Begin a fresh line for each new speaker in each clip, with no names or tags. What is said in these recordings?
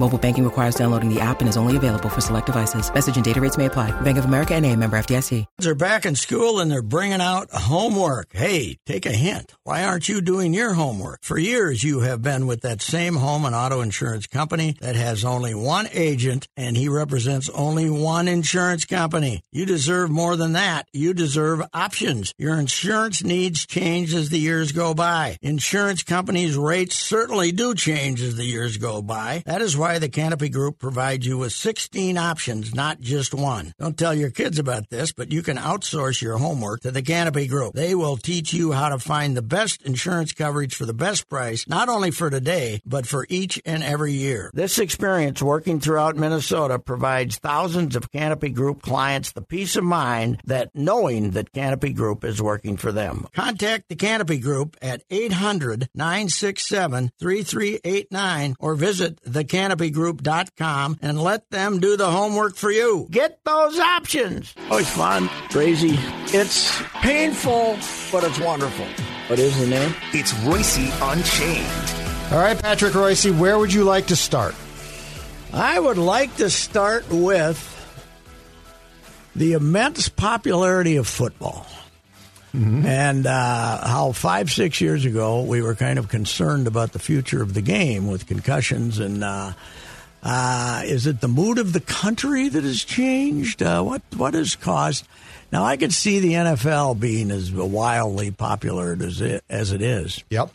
Mobile banking requires downloading the app and is only available for select devices. Message and data rates may apply. Bank of America and a member FDIC.
They're back in school and they're bringing out homework. Hey, take a hint. Why aren't you doing your homework? For years, you have been with that same home and auto insurance company that has only one agent and he represents only one insurance company. You deserve more than that. You deserve options. Your insurance needs change as the years go by. Insurance companies' rates certainly do change as the years go by. That is why the Canopy Group provides you with 16 options, not just one. Don't tell your kids about this, but you can outsource your homework to the Canopy Group. They will teach you how to find the best insurance coverage for the best price, not only for today, but for each and every year. This experience working throughout Minnesota provides thousands of Canopy Group clients the peace of mind that knowing that Canopy Group is working for them. Contact the Canopy Group at 800 967 3389 or visit thecanopygroup.com canopygroup.com and let them do the homework for you. Get those options.
Oh, it's fun, crazy.
It's painful, but it's wonderful.
What is the name?
It's Royce Unchained.
All right, Patrick Royce, where would you like to start?
I would like to start with the immense popularity of football. Mm-hmm. and uh, how five, six years ago we were kind of concerned about the future of the game with concussions and. Uh, uh, is it the mood of the country that has changed? Uh, what what has caused? Now I could see the NFL being as wildly popular as it as it is.
Yep.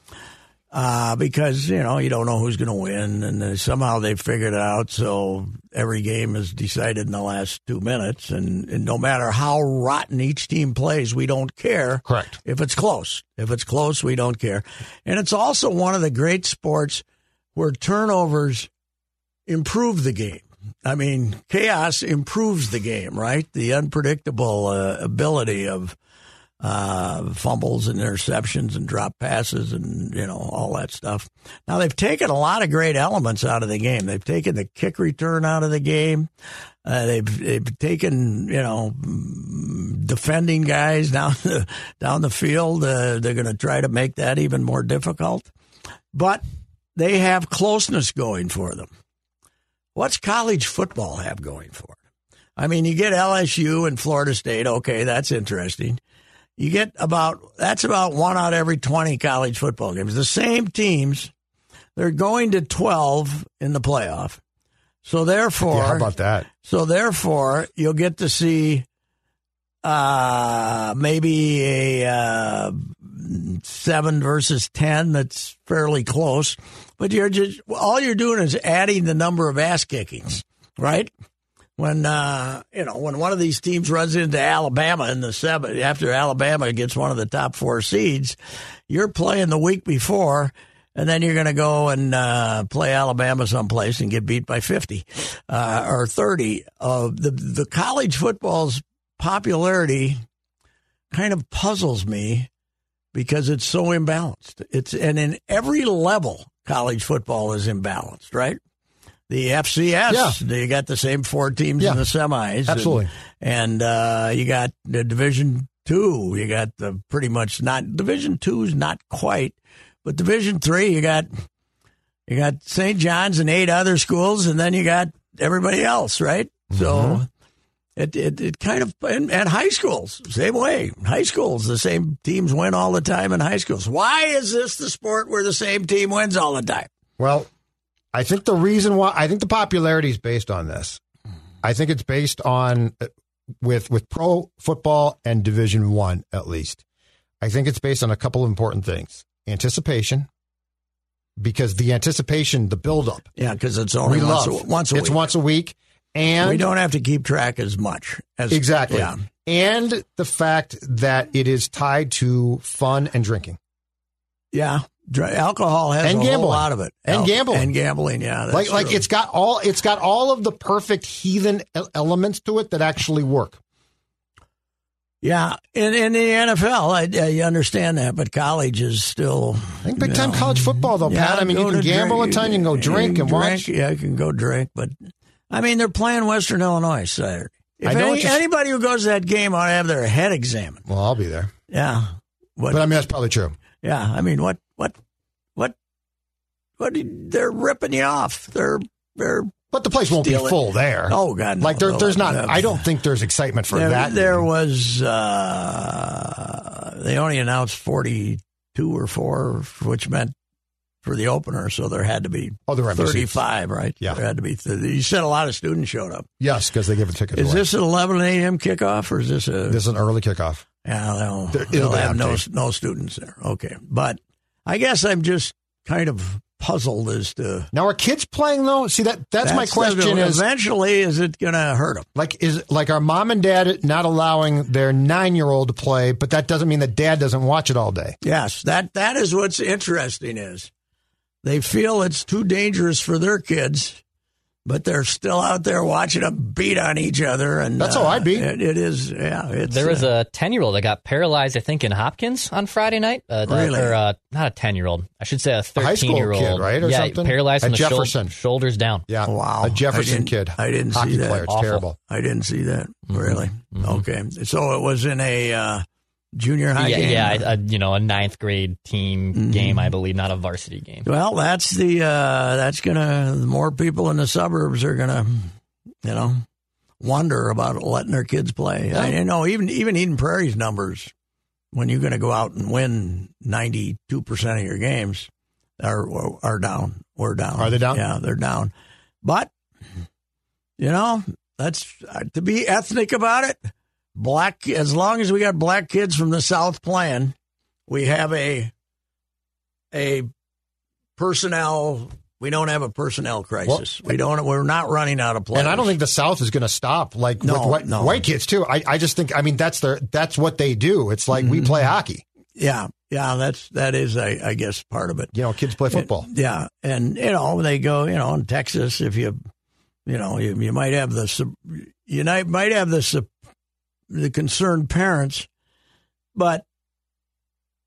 Uh, because you know you don't know who's going to win, and uh, somehow they figured it out. So every game is decided in the last two minutes, and, and, no matter how rotten each team plays, we don't care.
Correct.
If it's close, if it's close, we don't care. And it's also one of the great sports where turnovers improve the game. I mean, chaos improves the game, right? The unpredictable uh, ability of uh, fumbles and interceptions and drop passes and you know all that stuff. Now they've taken a lot of great elements out of the game. They've taken the kick return out of the game. Uh, they've they've taken you know defending guys down the down the field. Uh, they're going to try to make that even more difficult, but they have closeness going for them. What's college football have going for it? I mean, you get LSU and Florida State. Okay, that's interesting you get about that's about one out every 20 college football games the same teams they're going to 12 in the playoff so therefore
yeah, how about that
so therefore you'll get to see uh, maybe a uh, 7 versus 10 that's fairly close but you're just all you're doing is adding the number of ass kickings right when uh, you know when one of these teams runs into Alabama in the seven after Alabama gets one of the top four seeds, you're playing the week before, and then you're going to go and uh, play Alabama someplace and get beat by fifty uh, or thirty. Uh, the the college football's popularity kind of puzzles me because it's so imbalanced. It's and in every level, college football is imbalanced, right? the FCS. Yeah. You got the same four teams yeah. in the semis.
Absolutely.
And, and uh, you got the Division Two. You got the pretty much not Division Two is not quite, but Division Three. You got you got St. John's and eight other schools, and then you got everybody else, right? Mm-hmm. So. It, it, it kind of and, and high schools same way high schools the same teams win all the time in high schools why is this the sport where the same team wins all the time
well I think the reason why I think the popularity is based on this. I think it's uh, based on with with pro football and Division One at least. I think it's based on a couple of important things anticipation, because the anticipation, the buildup,
Yeah, because it's
we
only once
love.
a, once a
it's
week.
once a week. And
we don't have to keep track as much as
Exactly.
Yeah,
And the fact that it is tied to fun and drinking.
yeah. Dr- alcohol has
And
a
gambling.
whole lot of it,
And
Al-
gambling.
and gambling. Yeah, that's
like like
true.
it's got all it's got all of the perfect heathen el- elements to it that actually work.
yeah. In in the NFL, I, I understand that, but college is still.
I think big time college football though,
Yeah,
Pat. I mean, you
go
can
to
gamble
drink-
a ton, you can go drink and
drink,
watch.
Yeah, you can go drink, but I mean, they're playing Western Illinois Saturday. If
I know
any-
what you're-
anybody who goes to that game ought to have their head examined.
Well, I'll be there,
Yeah,
but I mean that's probably true.
Yeah, I mean, what, what, what, what? They're ripping you off. They're, they're.
But the place won't
Steal
be
it.
full there.
Oh, God, no,
like there,
no,
there's not.
no.
I don't think there's excitement for
there,
that.
there was. Uh, they only announced forty-two or four, which meant for the opener, so there had to be
Oh, there were empty seats.
thirty-five, right?
Yeah.
there had to be. Th- you said a lot of students showed up.
yes, because they give a ticket.
Is
away.
this an eleven a.m. kickoff, or is this a?
This is an early kickoff?
Yeah, they'll,
There- it'll
they'll
be
have no
empty.
no students there. Okay, but I guess I'm just kind of puzzled as to.
Now are kids playing though? See that that's, my
the-
question. is
eventually is it going to hurt them?
Like is like our mom and dad not allowing their nine year old to play, but that doesn't mean that dad doesn't watch it all day.
Yes, that that is what's interesting is they feel it's too dangerous for their kids, but they're still out there watching them beat on each other. And uh,
That's how I'd be.
It, it is, yeah. It's,
There was
uh,
a 10 year old that got paralyzed, I think, in Hopkins on Friday night. Uh, the-
Really?
Or, uh, not a 10 year old. I should say a
A high
13
school
year old.
kid, right, or
yeah,
something?
paralyzed
At
from the shou-
Jefferson.
shoulders down.
Yeah,
Wow.
a
I
Jefferson
didn't-
kid,
I didn't
hockey
see that.
player. It's
Awful.
terrible. Mm-hmm.
I didn't see that really. Okay, so it was in a uh, junior high
yeah,
game.
yeah, a, a, you know, a ninth grade team
Mm-hmm.
game, I believe, not a varsity game.
Well, that's the uh, that's gonna more people in the suburbs are gonna you know wonder about letting their kids play. I, you know, even even Eden Prairie's numbers when you're gonna go out and win ninety two percent of your games are are down. We're down.
Are they down?
Yeah, they're down. But you know, that's uh, to be ethnic about it. Black, as long as we got black kids from the South playing, we have a a personnel. We don't have a personnel crisis. we don't. We're not running out of players.
And I don't think the South is going to stop. Like
No,
with white,
no.
white kids too. I, I just think I mean that's their that's what they do. It's like
Mm-hmm.
we play hockey.
Yeah, yeah. That's that is, I, I guess, part of it.
You know, kids play football.
Yeah, and you know they go. You know, in Texas, if you, you know, you, you might have the sup- you might might have the sup- the concerned parents, but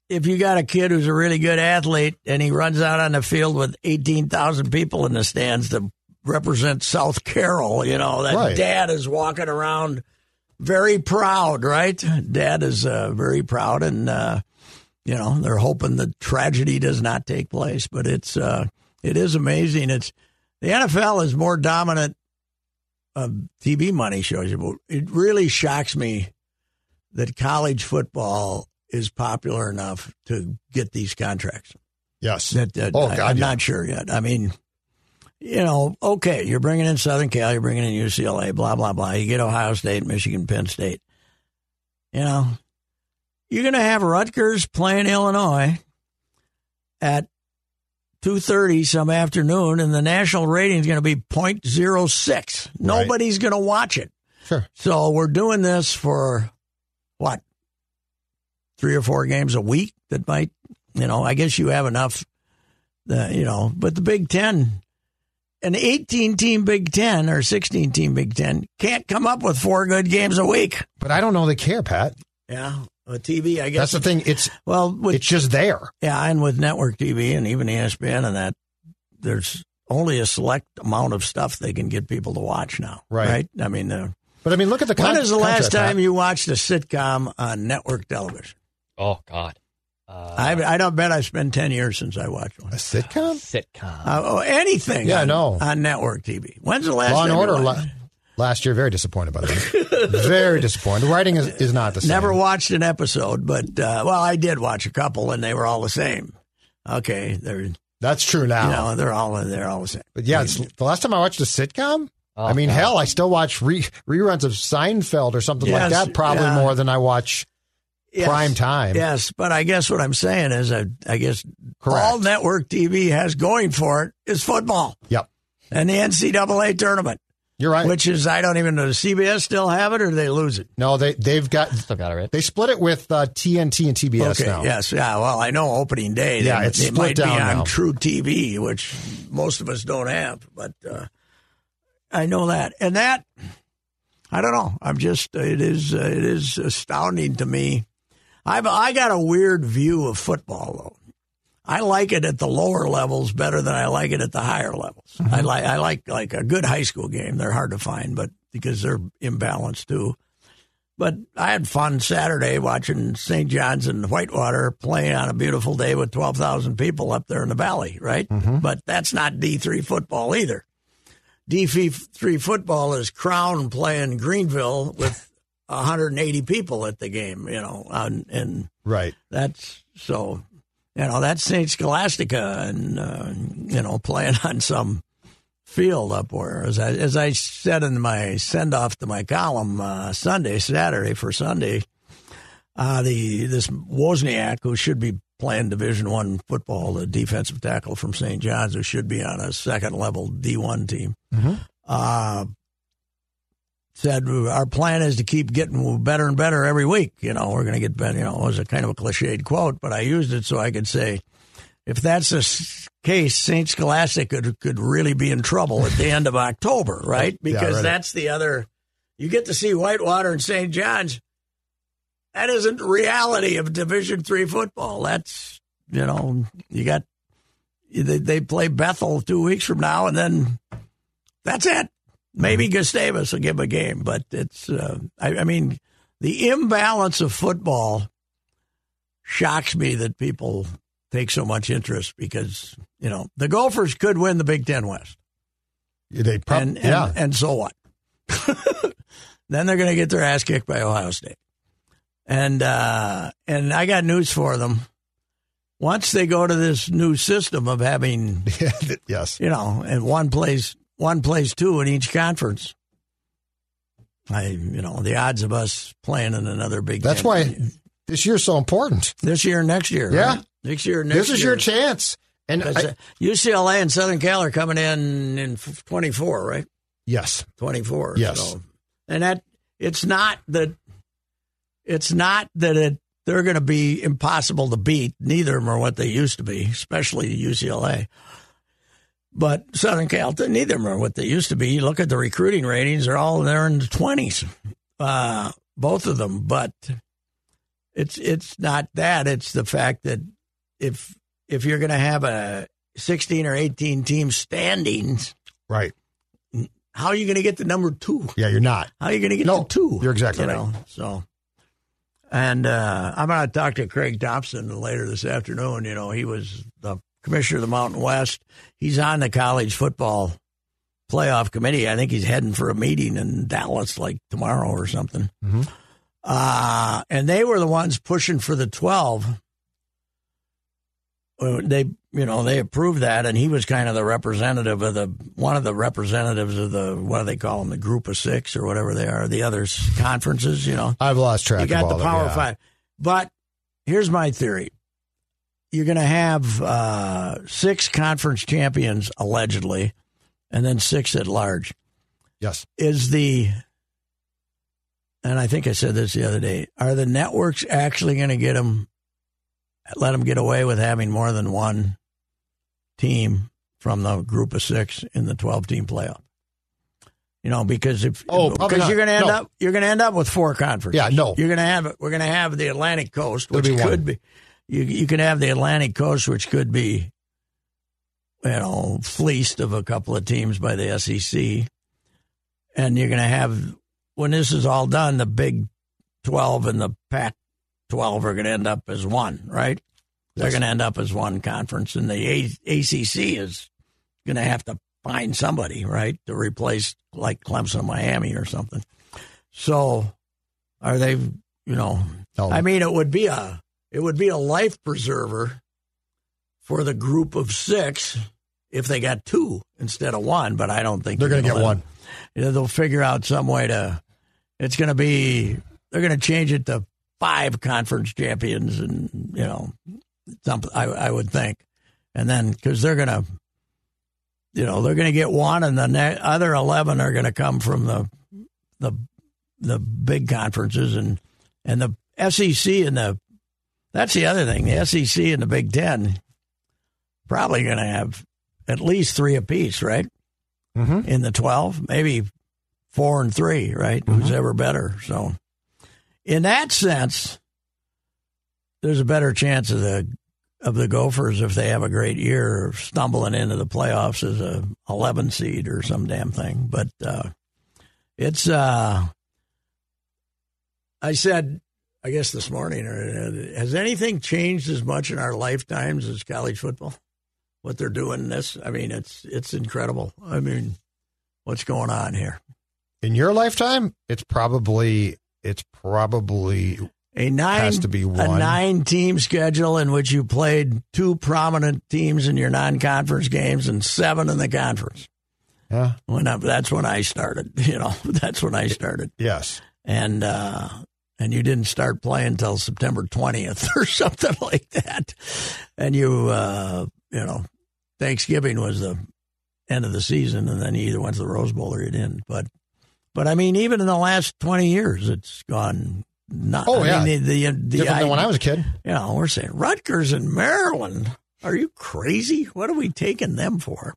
if you got a kid who's a really good athlete and he runs out on the field with eighteen thousand people in the stands to represent South Carroll, you know that
Right.
dad is walking around very proud, right? Dad is uh, very proud and. uh you know they're hoping the tragedy does not take place but it's uh it is amazing it's the nfl is more dominant uh, tv money shows you but it really shocks me that college football is popular enough to get these contracts
Yes.
that, that
oh
I,
God,
am
yeah.
not sure yet i mean you know okay you're bringing in southern cal you're bringing in ucla blah blah blah you get ohio state michigan penn state you know you're going to have Rutgers playing Illinois at 2.30 some afternoon, and the national rating is going to be 0.06. Nobody's going to watch it.
Sure.
So we're doing this for, what, three or four games a week that might, you know, I guess you have enough, uh, you know, but the Big Ten, an 18-team Big Ten or 16-team Big Ten can't come up with four good games a week.
But I don't know they care, Pat.
Yeah, a TV, I guess.
That's the thing. It's
Well, with
it's just there.
yeah, and with network TV and even E ESPN and that, there's only a select amount of stuff they can get people to watch now.
Right.
I mean, uh,
But I mean, look at the.
when
con-
is the last
contract, Pat.
time you watched a sitcom on network television?
Oh, God. Uh,
I, I don't bet I spent ten years since I watched one.
a sitcom?
sitcom.
Uh, oh, anything?
Yeah, I
on,
know.
on network TV. When's the last
Law and
time you
Order
watched-
la- last year very disappointed by the way. very disappointed. The writing is, is not the same.
Never watched an episode, but uh, well, I did watch a couple, and they were all the same. Okay, they're you
That's true now.
know they're all they're all the same.
But yeah, it's, the last time I watched a sitcom,
Oh,
I mean,
God.
hell, I still watch re- reruns of Seinfeld or something like
Yes,
that probably
yeah.
more than I watch
Yes.
prime time.
Yes, but I guess what I'm saying is, I, I guess
Correct.
all network TV has going for it is football
Yep.
and the NCAA tournament,
You're right.
which is I don't even know. Does CBS still have it or they lose it?
no, they they've got
Still got it right.
they split it with uh, TNT and TBS
okay.
now.
Yes. Yeah. Well, I know opening day.
Yeah,
they,
it's
they
split
might be
down
on
now.
True TV, which most of us don't have, but uh, I know that. And that, I don't know. I'm just. It is. Uh, it is astounding to me. I've I got a weird view of football though. I like it at the lower levels better than I like it at the higher levels. I
Mm-hmm.
like I like like a good high school game. They're hard to find, but because they're imbalanced too. But I had fun Saturday watching St. John's and Whitewater playing on a beautiful day with 12,000 people up there in the valley, right? But that's not D3 football either. D3 football is Crown playing Greenville with 180 people at the game, you know, and, and
Right.
that's so, you know, that's St. Scholastica and, uh, you know, playing on some field up where, as I, as I said in my send off to my column uh, Sunday, Saturday for Sunday, uh, the this Wozniak who should be playing Division One football, the defensive tackle from St. John's who should be on a second level D one team, uh, said our plan is to keep getting better and better every week. You know, we're going to get better. You know, it was a kind of a cliched quote, but I used it so I could say. If that's the s- case, St. Scholastic could, could really be in trouble at the end of October, right? Because
right.
that's the other. You get to see Whitewater and St. John's that isn't reality of division three football that's you know you got they, they play bethel two weeks from now and then that's it maybe
Mm-hmm.
gustavus will give a game but it's uh, I, I mean the imbalance of football shocks me that people take so much interest because you know the gophers could win the big ten west
They prob-
and, and,
yeah.
and so what? then they're going to get their ass kicked by Ohio State. And uh, and I got news for them. Once they go to this new system of having,
yes.
you know, and one plays one plays two in each conference. I, you know, the odds of us playing in another Big
That's
Ten
why this year's so important.
this year, and next year,
Yeah.
right? next year, and next
This is
year.
your chance. And
'Cause,
I-
uh, UCLA and Southern Cal are coming in in twenty four, right?
yes,
24.
Yes.
So. And that it's not that it's not that it they're going to be impossible to beat. Neither of them are what they used to be, especially UCLA. But Southern Cal, neither of them are what they used to be. You look at the recruiting ratings; they're all they're in the twenties, uh, both of them. But it's it's not that; it's the fact that if if you're going to have a sixteen or eighteen team standings,
right.
how are you going to get to number two?
Yeah, you're not.
How are you going to get
No,
to two?
you're exactly
you
right.
Know? So, and uh, I'm going to talk to Craig Thompson later this afternoon. You know, he was the commissioner of the Mountain West. He's on the college football playoff committee. I think he's heading for a meeting in Dallas like tomorrow or something.
Mm-hmm.
Uh, and they were the ones pushing for the 12. Uh, They, you know, they approved that, and he was kind of the representative of the one of the representatives of the what do they call them, the group of six or whatever they are, the other s- conferences, you know.
I've lost track.
You got
of all
the Power
that, yeah.
Five. But here's my theory. You're going to have uh, six conference champions, allegedly, and then six at large.
Yes.
Is the, and I think I said this the other day, are the networks actually going to get them, let them get away with having more than one team from the group of six in the 12 team playoff? You know, because if
Oh, probably
because
not.
you're going to end
No.
up you're going to end up with four conferences.
Yeah, no.
You're going to have we're going to have the Atlantic Coast,
There'll
which
be one.
could be you you can have the Atlantic Coast, which could be you know fleeced of a couple of teams by the SEC, and you're going to have when this is all done, the Big Twelve and the Pac Twelve are going to end up as one, right? They're going to end up as one conference, and the A- ACC is going to have to find somebody, right, to replace like Clemson, Miami, or something. So, are they? You know,
No.
I mean, it would be a it would be a life preserver for the group of six if they got two instead of one. But I don't think
They're
they're
going
gonna
to get
let
one.
them- you know, they'll figure out some way to. It's going to be. They're going to change it to five conference champions, and you know, something I, I would think, and then because they're gonna, you know, they're gonna get one, and the ne- other eleven are gonna come from the the the big conferences and and the SEC and the that's the other thing. The SEC and the Big Ten probably going to have at least three apiece, right?
Mhm.
Mm-hmm. In the twelve, maybe four and three, right? Who's ever better? So, in that sense, there's a better chance of the of the Gophers if they have a great year of stumbling into the playoffs as a 11 seed or some damn thing. But uh, it's uh, I said, I guess this morning, uh, has anything changed as much in our lifetimes as college football? What they're doing in this, I mean, it's it's incredible. I mean, what's going on here?
In your lifetime, it's probably it's probably
A nine
Has to be
a
one.
nine team schedule in which you played two prominent teams in your non conference games and seven in the conference.
yeah
When I, that's when I started, you know, that's when I started.
yes
and uh, and you didn't start playing until September twentieth or something like that, and you uh, you know Thanksgiving was the end of the season, and then you either went to the Rose Bowl or you didn't. But but I mean, even in the last twenty years, it's gone. Not,
Oh,
I
yeah.
mean, the, uh, the, the
different than when I was a kid.
You know, we're saying Rutgers and Maryland. Are you crazy? What are we taking them for?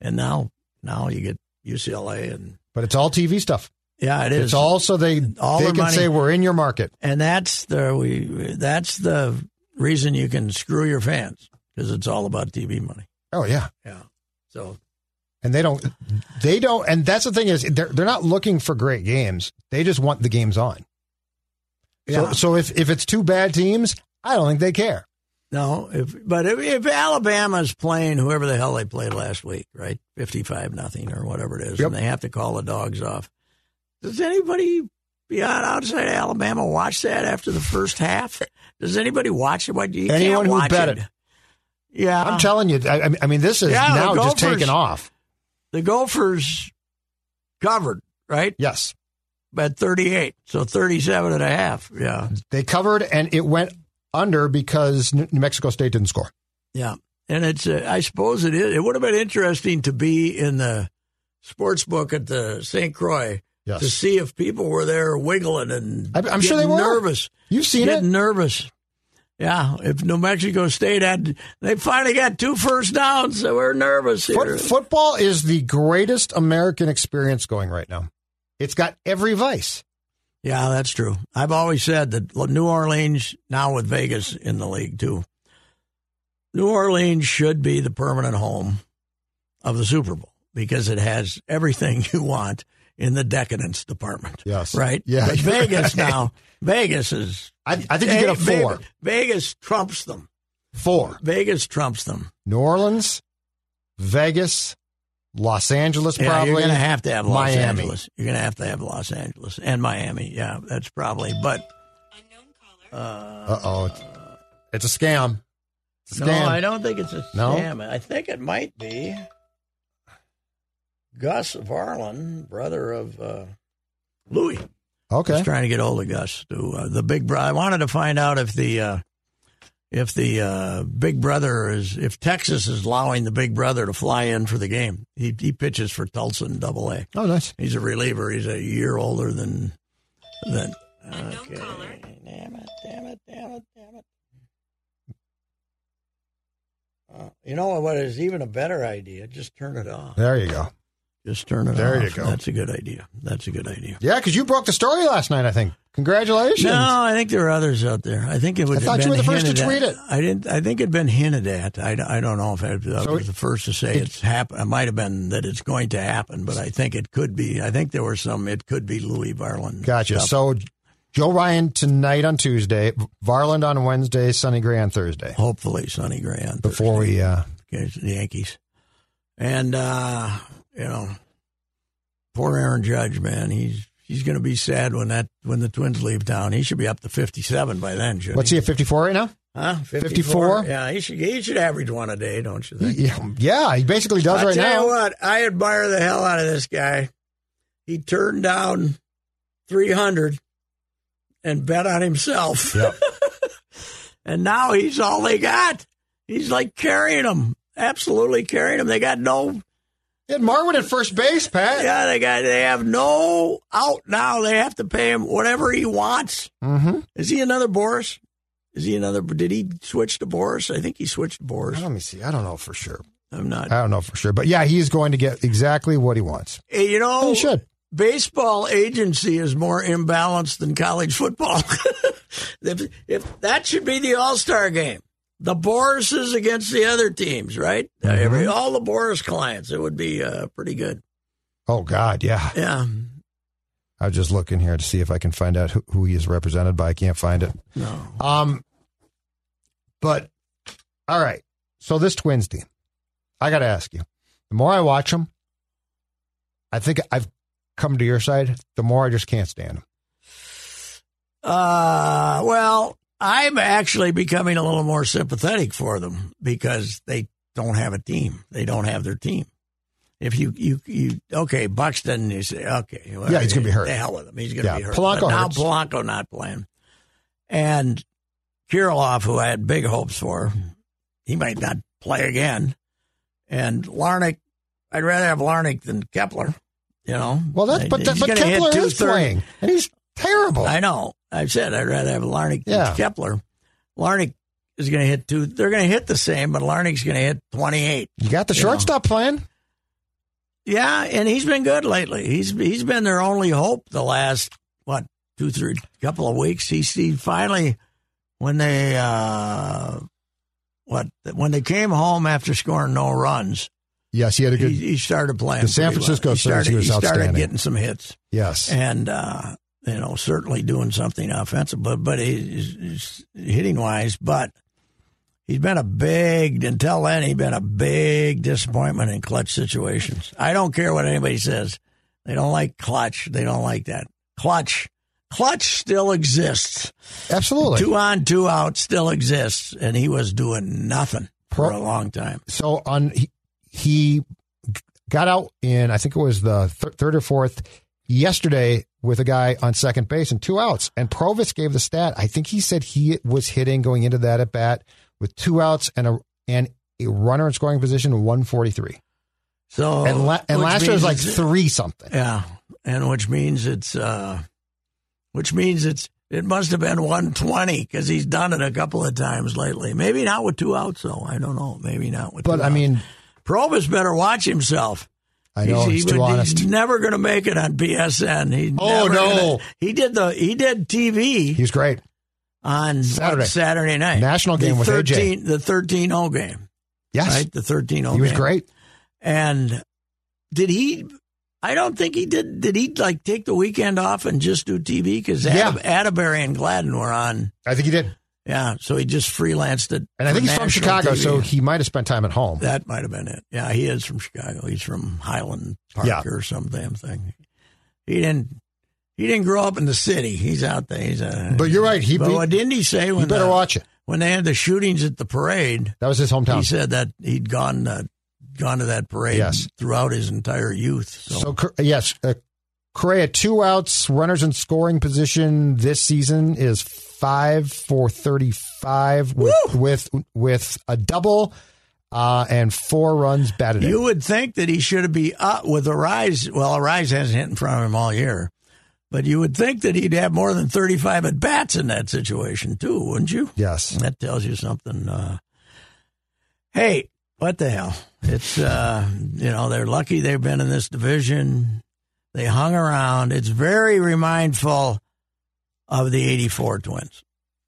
And now now you get UCLA and
But it's all TV stuff.
yeah, it is.
It's all so they
all
they
the
can
money-
say we're in your market.
and that's the we that's the reason you can screw your fans because it's all about TV money.
Oh yeah,
Yeah. So
and they don't they don't. And that's the thing is they're they're not looking for great games. They just want the games on.
Yeah.
So so if if it's two bad teams, I don't think they care.
no, if but if, if Alabama's playing whoever the hell they played last week, right, fifty-five nothing or whatever it is,
Yep.
and they have to call the dogs off. Does anybody beyond outside Alabama watch that after the first half? Does anybody watch it? What you can't
Anyone who
watch
bet
it.
it.
Yeah,
I'm telling you, I, I mean, this is
Uh. Yeah, the
now just
Gophers-
taking off.
the Gophers covered right
Yes,
at thirty-eight, so 37 and a half. Yeah.
they covered and it went under because New New Mexico State didn't score.
Yeah, and it's uh, I suppose it is. It would have been interesting to be in the sports book at the St. Croix
Yes.
to see if people were there wiggling and
I- I'm sure they
getting
were.
nervous,
You've seen
getting
it.
nervous. Yeah, if New Mexico State had, they finally got two first downs, so we're nervous here.
Foot, football is the greatest American experience going right now. It's got every vice.
Yeah, that's true. I've always said that New Orleans, now with Vegas in the league too, New Orleans should be the permanent home of the Super Bowl because it has everything you want in the decadence department.
Yes.
Right?
Yeah,
But
you're
Vegas
right.
now, Vegas is.
I, I think you get a
Ve-
four.
Vegas trumps them.
Four.
Vegas trumps them.
New Orleans, Vegas, Los Angeles,
Yeah,
probably.
you're going to have to have Los
Miami.
Angeles. You're going to have to have Los Angeles and Miami. Yeah, that's probably. But
Uh oh. It's a scam. It's a
No,
scam.
I don't think it's a
No?
scam. I think it might be Gus Varlin, brother of uh, Louis. I was
Okay.
trying to get hold of Gus to uh, the Big Brother. I wanted to find out if the uh, if the uh, Big Brother is if Texas is allowing the Big Brother to fly in for the game. He he pitches for Tulsa in Double A.
Oh, nice.
He's a reliever. He's a year older than than. Okay. Damn it! Damn it! Damn it! Damn it! Uh, you know what is even a better idea? Just turn it off.
There you go.
Just turn it off.
There you go.
That's a good idea. That's a good idea.
Yeah, because you broke the story last night, I think. Congratulations.
No, I think there are others out there. I think it would.
I thought
have
you
been
were the first to
hinted
tweet
at.
it.
I didn't. I think it'd been hinted at. I, I don't know if I, I
So
was the first to say it's happen. I might have been that it's going to happen, but I think it could be. I think there were some. It could be Louis Varland.
Gotcha.
stuff.
So Joe Ryan tonight on Tuesday, Varland on Wednesday, Sonny Gray on Thursday.
hopefully Sonny Gray on
Before we, uh,
against the Yankees. And uh, you know, poor Aaron Judge, man, he's he's going to be sad when that when the Twins leave town. He should be up to fifty seven by then, shouldn't
what's he at 54 right now?
Huh?
54?
Yeah, he should he should average one a day, don't you think?
Yeah, yeah, he basically does
I
right
tell
now.
you what, I admire the hell out of this guy. He turned down three hundred and bet on himself. and now he's all they got. He's like carrying them, absolutely carrying them. They got no,
They had Marwin at first base, Pat.
yeah, they got, they have no out now. They have to pay him whatever he wants.
Mm-hmm.
Is he another Boris? Is he another? Did he switch to Boris? I think he switched to Boris.
Let me see. I don't know for sure.
I'm not.
I don't know for sure, but yeah, he's going to get exactly what he wants.
Hey, you know,
He should.
baseball agency is more imbalanced than college football. if, if that should be the All Star game, the Borises against the other teams, right? Every all the Boris clients, it would be uh, pretty good.
Oh God, yeah.
Yeah,
I was just looking here to see if I can find out who, who he is represented by. I can't find it.
no,
Um, but all right. So this Twins team, I got to ask you. The more I watch them, I think I've come to your side. The more I just can't stand them.
Uh, well, I'm actually becoming a little more sympathetic for them because they don't have a team. They don't have their team. If you you you okay, Buxton, you say okay, well,
Yeah, he's gonna be hurt.
The hell with him, he's gonna
Yeah,
be hurt.
Polanco
But now
hurts.
Polanco not playing, and Kirilov, who I had big hopes for, he might not play again, and Larnick. I'd rather have Larnick than Kepler. You know,
Well, that's but
Uh, He's
that, but
gonna hit
Kepler is
230.
playing, and he's terrible.
I know. I've said I'd rather have Larnick than
Oh. Yeah.
Kepler. Larnick is going to hit two. They're going to hit the same, but Larnick's going to hit 28.
you got the
you
shortstop playing.
Yeah, and he's been good lately. He's he's been their only hope the last what two three couple of weeks. He he finally when they uh what when they came home after scoring no runs,
Yes, he had a
he,
good.
he started playing.
The San
pretty well.
Francisco
he
series,
started,
he was
started
outstanding.
getting some hits
yes,
and uh, you know certainly doing something offensive, but but he's, he's hitting wise, but he's been a big until then he's been a big disappointment in clutch situations. I don't care what anybody says; they don't like clutch. They don't like that clutch. Clutch still exists.
absolutely.
two on, two out still exists, and he was doing nothing for a long time.
so on he, he got out in I think it was the th- third or fourth yesterday with a guy on second base and two outs. And Provis gave the stat. I think he said he was hitting going into that at bat with two outs and a and a runner in scoring position, one forty three.
So
and la-
Oh,
and
which
last year was like
means it's-
three something.
Yeah, and which means it's, uh, which means it's, it must have been 120 because he's done it a couple of times lately. Maybe not with two outs though. I don't know. Maybe not with.
But
two
I
outs.
mean,
Probus better watch himself.
I know
he
he's, too
would-
honest.
he's never going to make it on PSN. He
Oh,
never
no.
gonna- he did the he did TV
He was great.
on
Saturday.
Saturday, Saturday night
National game
the
with AJ.
13, the 13-0 game,
Yes,
right? The 13-0.
he was
game.
great.
And did he? I don't think he did. Did he like take the weekend off and just do TV? Because
Yeah.
Atterbury and Gladden were on.
I think he did,
Yeah, so he just freelanced it.
and I think
for
he's from
national
Chicago,
TV.
so he might have spent time at home.
that might have been it. Yeah, he is from Chicago. He's from Highland Park
Yeah.
or some damn thing. He didn't. He didn't grow up in the city. He's out there. He's a,
But you're right. He,
But what
he
didn't he say when
you better
the-
watch it.
when they had the shootings at the parade?
That was his hometown.
He said that he'd gone uh, gone to that parade
Yes.
throughout his entire youth.
So, Cor- yes, uh, Correa two outs, runners in scoring position this season is five for thirty-five with with with a double uh, and four runs batted in.
You would think that he should be up with a rise. Well, a rise hasn't hit in front of him all year, but you would think that he'd have more than 35 at bats in that situation, too, wouldn't you?
Yes,
That tells you something. Uh, hey, what the hell? It's, uh, you know, they're lucky they've been in this division. They hung around. It's very remindful of the 84 Twins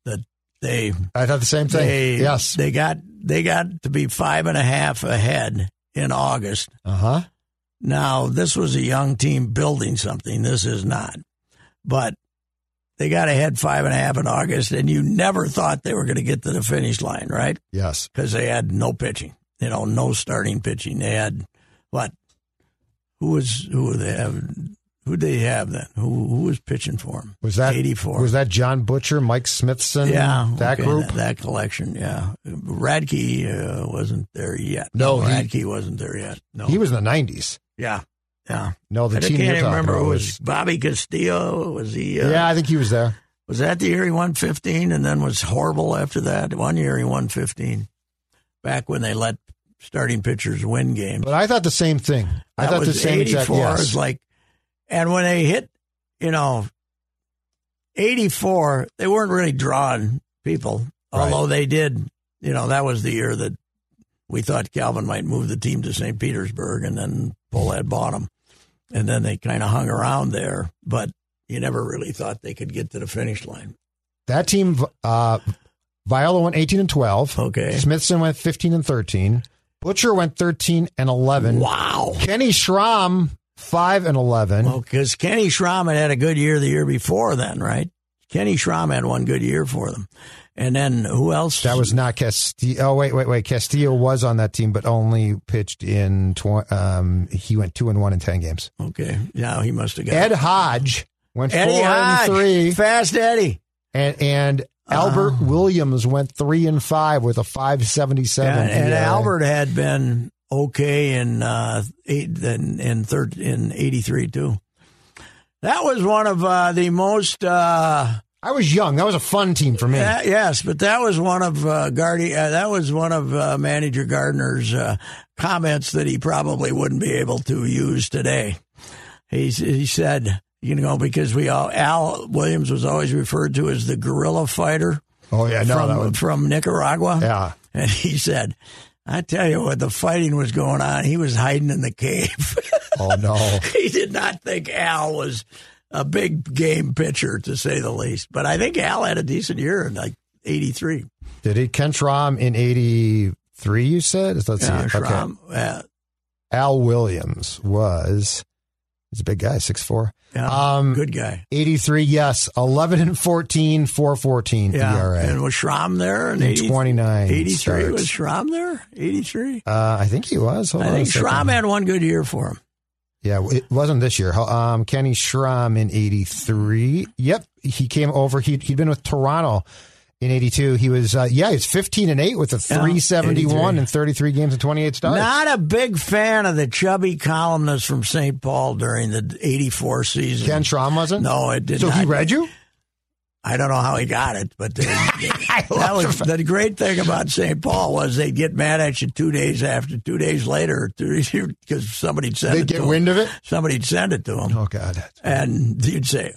that they
I thought the same thing.
they
yes,
they got they got to be five and a half ahead in August.
uh huh.
Now this was a young team building something. This is not, but they got ahead five and a half in August, and you never thought they were going to get to the finish line, right?
Yes,
Because they had no pitching, you know, no starting pitching. They had what? Who was who were they have? Who did they have then? Who who was pitching for them?
was that
eighty four?
Was that John Butcher, Mike Smithson?
Yeah,
that
okay,
group.
that, that collection. Yeah, Radke uh, wasn't there yet.
No, he-
Radke wasn't there yet. No,
He was in the nineties.
Yeah, yeah.
No, the
I
team
can't
you're
even
talking
remember.
about
Was Bobby Castillo? Was he? Uh,
yeah, I think he was there.
Was that the year he won 15 and then was horrible after that? One year he won 15 back when they let starting pitchers win games.
But I thought the same thing. I
That
thought
was
the same
84.
exact. Yes.
It was like, and when they hit, you know, 84, they weren't really drawing people,
Right.
although they did, you know, that was the year that we thought Calvin might move the team to St. Petersburg and then pull that bottom. And then they kind of hung around there, but you never really thought they could get to the finish line.
that team, uh, Viola went 18 and 12.
Okay.
Smithson went 15 and 13. Butcher went 13 and 11.
Wow.
Kenny Schramm, 5 and 11.
Well, because Kenny Schramm had had a good year the year before, then right? Kenny Schramm had one good year for them, and then who else?
That was not Castillo. Oh, wait, wait, wait. Castillo was on that team, but only pitched in. Tw- um, he went 2 and 1 in 10 games.
okay. Now he must have got
Ed Hodge went 4
Hodge,
and 3.
fast Eddie.
And, and Albert
Ah.
Williams went 3 and 5 with a 577.
and, and
ERA.
Albert had been okay in uh, eight, in in, thir- in eighty three too. That was one of uh, the most. Uh,
I was young. That was a fun team for me.
That- yes, but that was one of uh, Guardi- uh, That was one of uh, manager Gardner's uh, comments that he probably wouldn't be able to use today. He s- he said, you know, because we all Al Williams was always referred to as the guerrilla fighter
oh, yeah. No, that
from
was.
from Nicaragua.
Yeah.
And he said, I tell you what, the fighting was going on. He was hiding in the cave.
Oh, no.
he did not think Al was a big game pitcher, to say the least. But I think Al had a decent year in like 83.
Did he? Ken Schramm in 83, you said? Let's
Yeah,
see.
Schramm, uh,
Al Williams was, he's a big guy, 6'4.
yeah,
Um,
good guy.
83, yes. 11 and 14, 414
Yeah. And
ERA.
was Schramm there? In
E in
80
29.
83
starts.
was Schramm there? 83?
Uh, I think he was. Hold
I
on a
think
second.
Schramm had one good year for him.
Yeah, it wasn't this year. Um, Kenny Schramm in '83. Yep, he came over. He he'd been with Toronto in '82. He was uh, yeah, he's 15 and eight with a 371 in 33 games and 28 starts.
Not a big fan of the chubby columnist from St. Paul during the 84 season.
Ken Schramm wasn't.
No, it did
So
not.
he read you.
I don't know how he got it, but they, that was the great thing about St. Paul was they'd get mad at you two days after, two days later, because somebody'd send
They
it to
get
him.
wind of it.
Somebody'd send it to him,
Oh God.
and you'd say,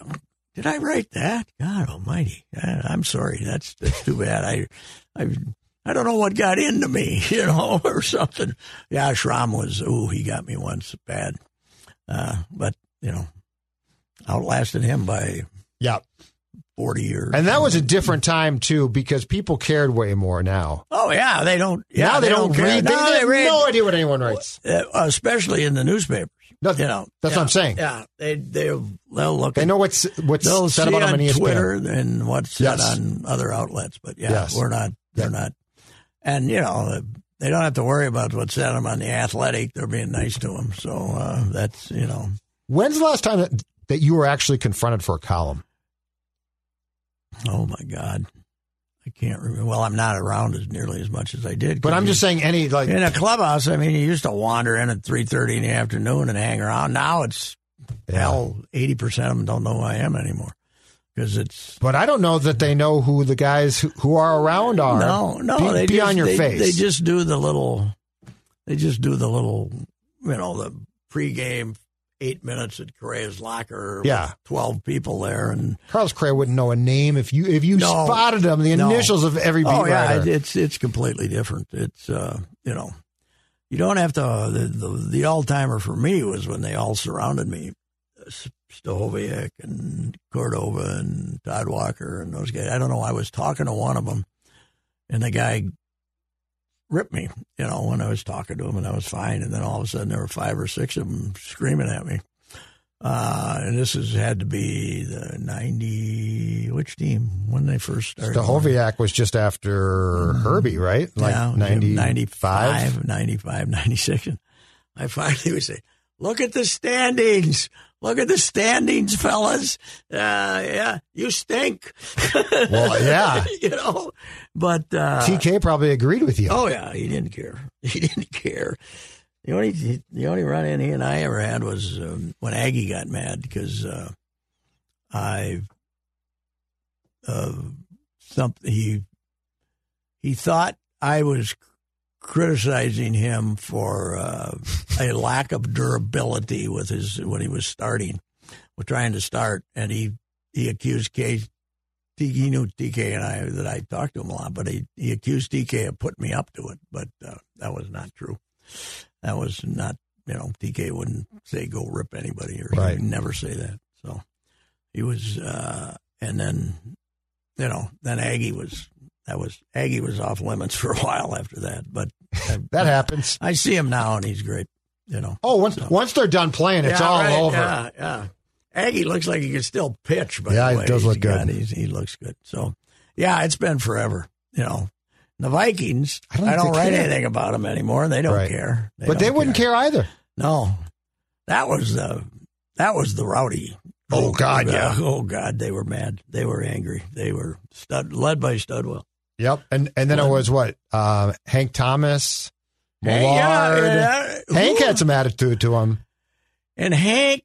"Did I write that? God Almighty! Uh, I'm sorry. That's that's too bad. I, I, I don't know what got into me, you know, or something." Yeah, Schramm was. Ooh, he got me once bad, uh, but you know, outlasted him by
Yeah,
forty years.
and that was a different time too because people cared way more now.
Oh yeah, they don't. Yeah,
now they, don't,
care.
read. They,
No,
they
they,
have
read,
no idea what anyone writes.
uh, especially in the newspapers.
No,
You know,
that's
yeah,
what I'm saying.
Yeah, they they'll, they'll look.
They
at-
know what's what's
they'll
said
see
about them
on
E in ESPN.
Twitter and what's said
Yes.
on other outlets. But yeah,
Yes.
we're not. They're not. And you know, they don't have to worry about what's said on the Athletic. They're being nice to them, so uh, that's you know.
When's the last time that, that you were actually confronted for a column?
Oh my God, I can't remember. Well, I'm not around as nearly as much as I did.
But I'm just
Mm-hmm.
saying, any like
in a clubhouse. I mean, you used to wander in at three thirty in the afternoon and hang around. Now it's
Yeah.
hell, eighty percent of them don't know who I am anymore because it's
But I don't know that they know who the guys who, who are around are.
no, no.
Be,
they
be
just,
on your
they-
face.
They just do the little. They just do the little, you know, the pregame eight minutes at Correa's locker. with
Yeah.
twelve people there, and
Carlos Cray wouldn't know a name if you if you
No.
spotted them. The
No.
initials of every beat
oh yeah,
writer.
it's it's completely different. It's uh, you know, you don't have to. The the, the all timer for me was when they all surrounded me, S- Stahoviak and Cordova and Todd Walker and those guys. I don't know. I was talking to one of them, and the guy ripped me. You know, when I was talking to him, and I was fine. And then all of a sudden, there were five or six of them screaming at me. Uh, and this has had to be the 90, which team? When they first started?
Stahoviak was just after Herbie, right? Like
Mm-hmm. Yeah,
90, 95?
95, 95, 96. And I finally would say, look at the standings. Look at the standings, fellas. Uh, yeah, you stink.
Well, yeah.
you know, but. Uh,
TK probably agreed with you.
Oh yeah, he didn't care. He didn't care. The only the only run-in he and I ever had was um, when Aggie got mad because uh, I uh, something he he thought I was criticizing him for uh, a lack of durability with his when he was starting, was trying to start, and he he accused K. T- he knew TK and I that I talked to him a lot, but he, he accused TK of putting me up to it, but uh, that was not true. That was not you know TK wouldn't say go rip anybody or
Right.
he'd never say that. So he was, uh, and then you know then Aggie was that was Aggie was off limits for a while after that, but I,
That happens.
I see him now and he's great. You know,
Oh, once once they're done playing, it's
Yeah,
all
right,
over.
Yeah, yeah. Aggie looks like he can still pitch. By
Yeah,
the
he
way.
does look
He's
good.
got- he's- he looks good. So, yeah, it's been forever. You know, the Vikings.
I
I
don't
don't,
think they
write
care.
anything about them anymore. They don't
Right.
care.
but they
don't
wouldn't care. either.
No, that was the that was the rowdy.
Oh,
group.
God, yeah.
Oh God, they were mad. They were angry. They were stud, led by Studwell.
Yep. And and then it was what um, Hank Thomas, Millard.
yeah, yeah.
Hank
Who-
had some attitude to him.
And Hank,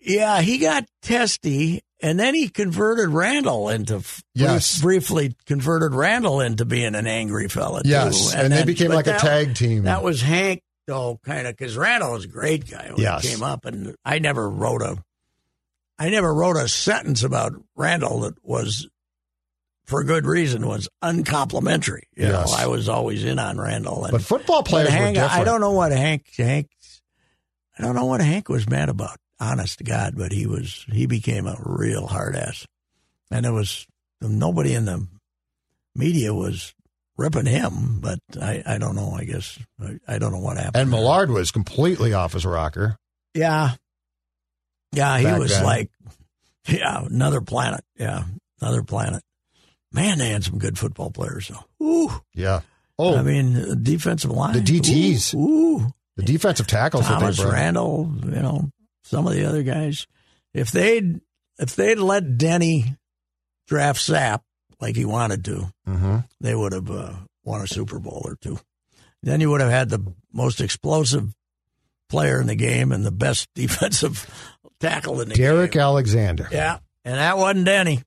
yeah, he got testy, and then he converted Randall into brief-
Yes.
briefly converted Randall into being an angry fella. too.
Yes, and,
then-
they became
but
like a
that-
tag team.
That was Hank, though, kind of because Randall was a great guy when
Yes.
he came up, and I never wrote a, I never wrote a sentence about Randall that was, for good reason, was uncomplimentary. You
Yes.
know, I was always in on Randall, and
but football
but
players were
Hank,
different.
I don't know what Hank Hank I don't know what Hank was mad about, honest to God, but he was he became a real hard ass. And there was nobody in the media was ripping him, but I, I don't know, I guess I, I don't know what happened.
And Millard was completely off his rocker.
Yeah. Yeah, he
Back
was
then.
like yeah, another planet. Yeah, another planet. Man, they had some good football players though. Ooh.
Yeah. Oh,
I mean, the defensive line.
The DTs.
Ooh. ooh.
the defensive tackles
Thomas
that they brought.
Randall, you know, some of the other guys. If they'd if they'd let Denny draft Sapp like he wanted to,
Mhm.
they would have uh, won a Super Bowl or two. Then you would have had the most explosive player in the game and the best defensive tackle in the
Derek
game.
Alexander.
Yeah, and that wasn't Denny.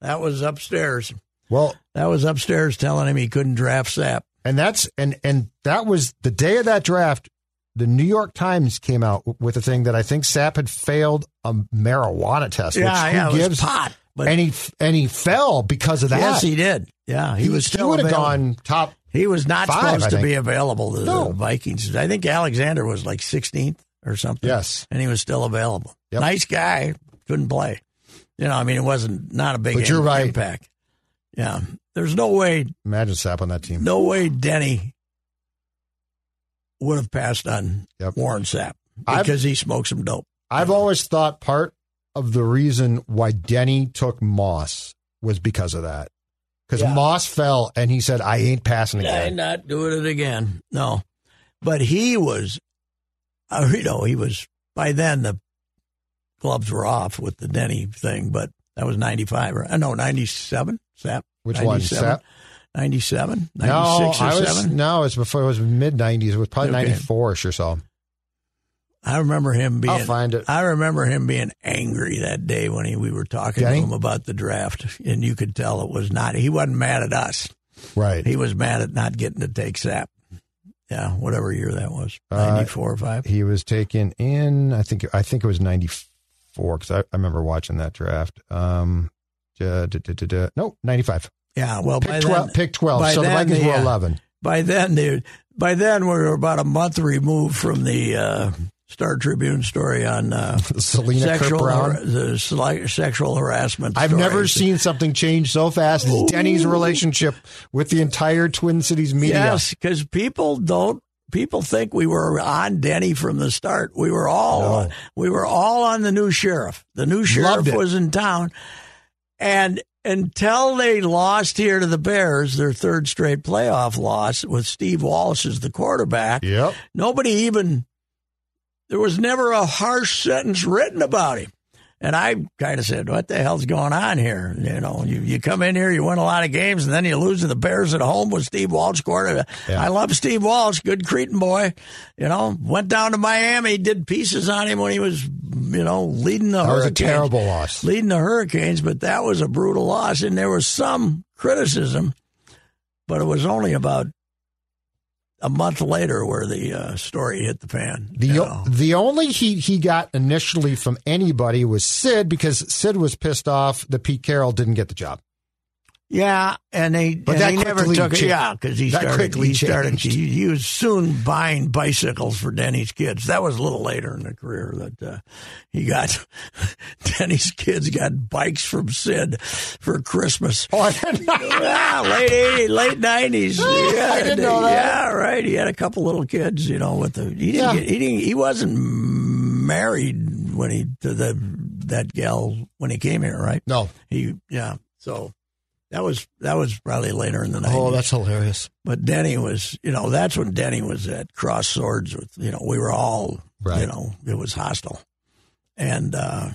That was upstairs.
Well,
That was upstairs telling him he couldn't draft Sapp.
and that's and and that was the day of that draft. The New York Times came out with a thing that I think Sapp had failed a marijuana test.
yeah,
which
yeah,
who
it was
gives,
pot. But
and he f- and he fell because of that.
yes, he did. Yeah, he, was still
would have
available.
gone top.
He was not
Five, I
supposed to
think.
be available to
No.
the Vikings. I think Alexander was like 16th or something.
Yes,
And he was still available.
Yep.
Nice guy, couldn't play. You know, I mean, it wasn't not a big
But you're
im-
right.
impact. Yeah. There's no way,
imagine Sapp on that team.
no way Denny would have passed on
Yep.
Warren Sapp
I've-
because he smoked some dope.
I've always thought part of the reason why Denny took Moss was because of that. Because
Yeah.
Moss fell and he said, "I ain't passing
I'm
again."
not doing it again. No. But he was, uh, you know, he was, by then the gloves were off with the Denny thing, but that was 95, or, uh, no, 97, Sap.
Which one, Sapp?
97, 96
No,
or
I was
7.
no. It was before. It was mid '90s. It was probably
Okay.
'94ish or so.
I remember him being,
I'll find it.
I remember him being angry that day when he, we were talking
Denny?
to him about the draft, and you could tell it was not, he wasn't mad at us.
Right.
He was mad at not getting to take Sap. Yeah, whatever year that was,
Uh,
94 or 5.
he was taken in. I think. I think it was '94 because I, I remember watching that draft. Um, da, da, da, da, da. no, '95.
Yeah, well, by
Pick twelve.
then,
pick twelve.
by
So the
then,
Vikings were
yeah.
eleven.
by then, they, by then we were about a month removed from the uh, Star Tribune story on uh,
Selena Kirk
sexual
Brown.
har- the sli- sexual harassment.
I've never
stories.
seen something change so fast as Denny's relationship with the entire Twin Cities media.
Yes, because people don't. People think we were on Denny from the start. We were all
No.
we were all on the new sheriff. The new
Loved
sheriff
it.
was in town, and until they lost here to the Bears, their third straight playoff loss with Steve Walsh as the quarterback.
Yep.
Nobody even there was never a harsh sentence written about him. And I kind of said, "What the hell's going on here?" You know, you, you come in here, you win a lot of games, and then you lose to the Bears at home with Steve Walsh quarter.
Yeah.
I love Steve Walsh, good Cretan boy. You know, went down to Miami, did pieces on him when he was you know, leading the
That was a
Hurricanes.
terrible loss.
Leading the Hurricanes, but that was a brutal loss, and there was some criticism, but it was only about a month later where the uh, story hit the fan. you
The,
know.
o the only heat he got initially from anybody was Sid because Sid was pissed off that Pete Carroll didn't get the job.
Yeah, and they and
But that
they never
quickly
took it.
changed.
Yeah, because he
That
started.
quickly
he started.
changed.
He, he was soon buying bicycles for Denny's kids. That was a little later in the career that uh, he got Denny's kids got bikes from Sid for Christmas.
Oh, I didn't know.
yeah, Ah, late 80s, late nineties. Yeah,
I didn't know that.
Yeah, right. He had a couple little kids. You know, with the he didn't
Yeah.
get, he didn't, he wasn't married when he to the that gal when he came here, right?
No.
He yeah. So that was that was probably later in the night.
Oh, that's hilarious.
but Denny was you know that's when Denny was at cross swords with you know we were all
Right.
you know it was hostile, and uh,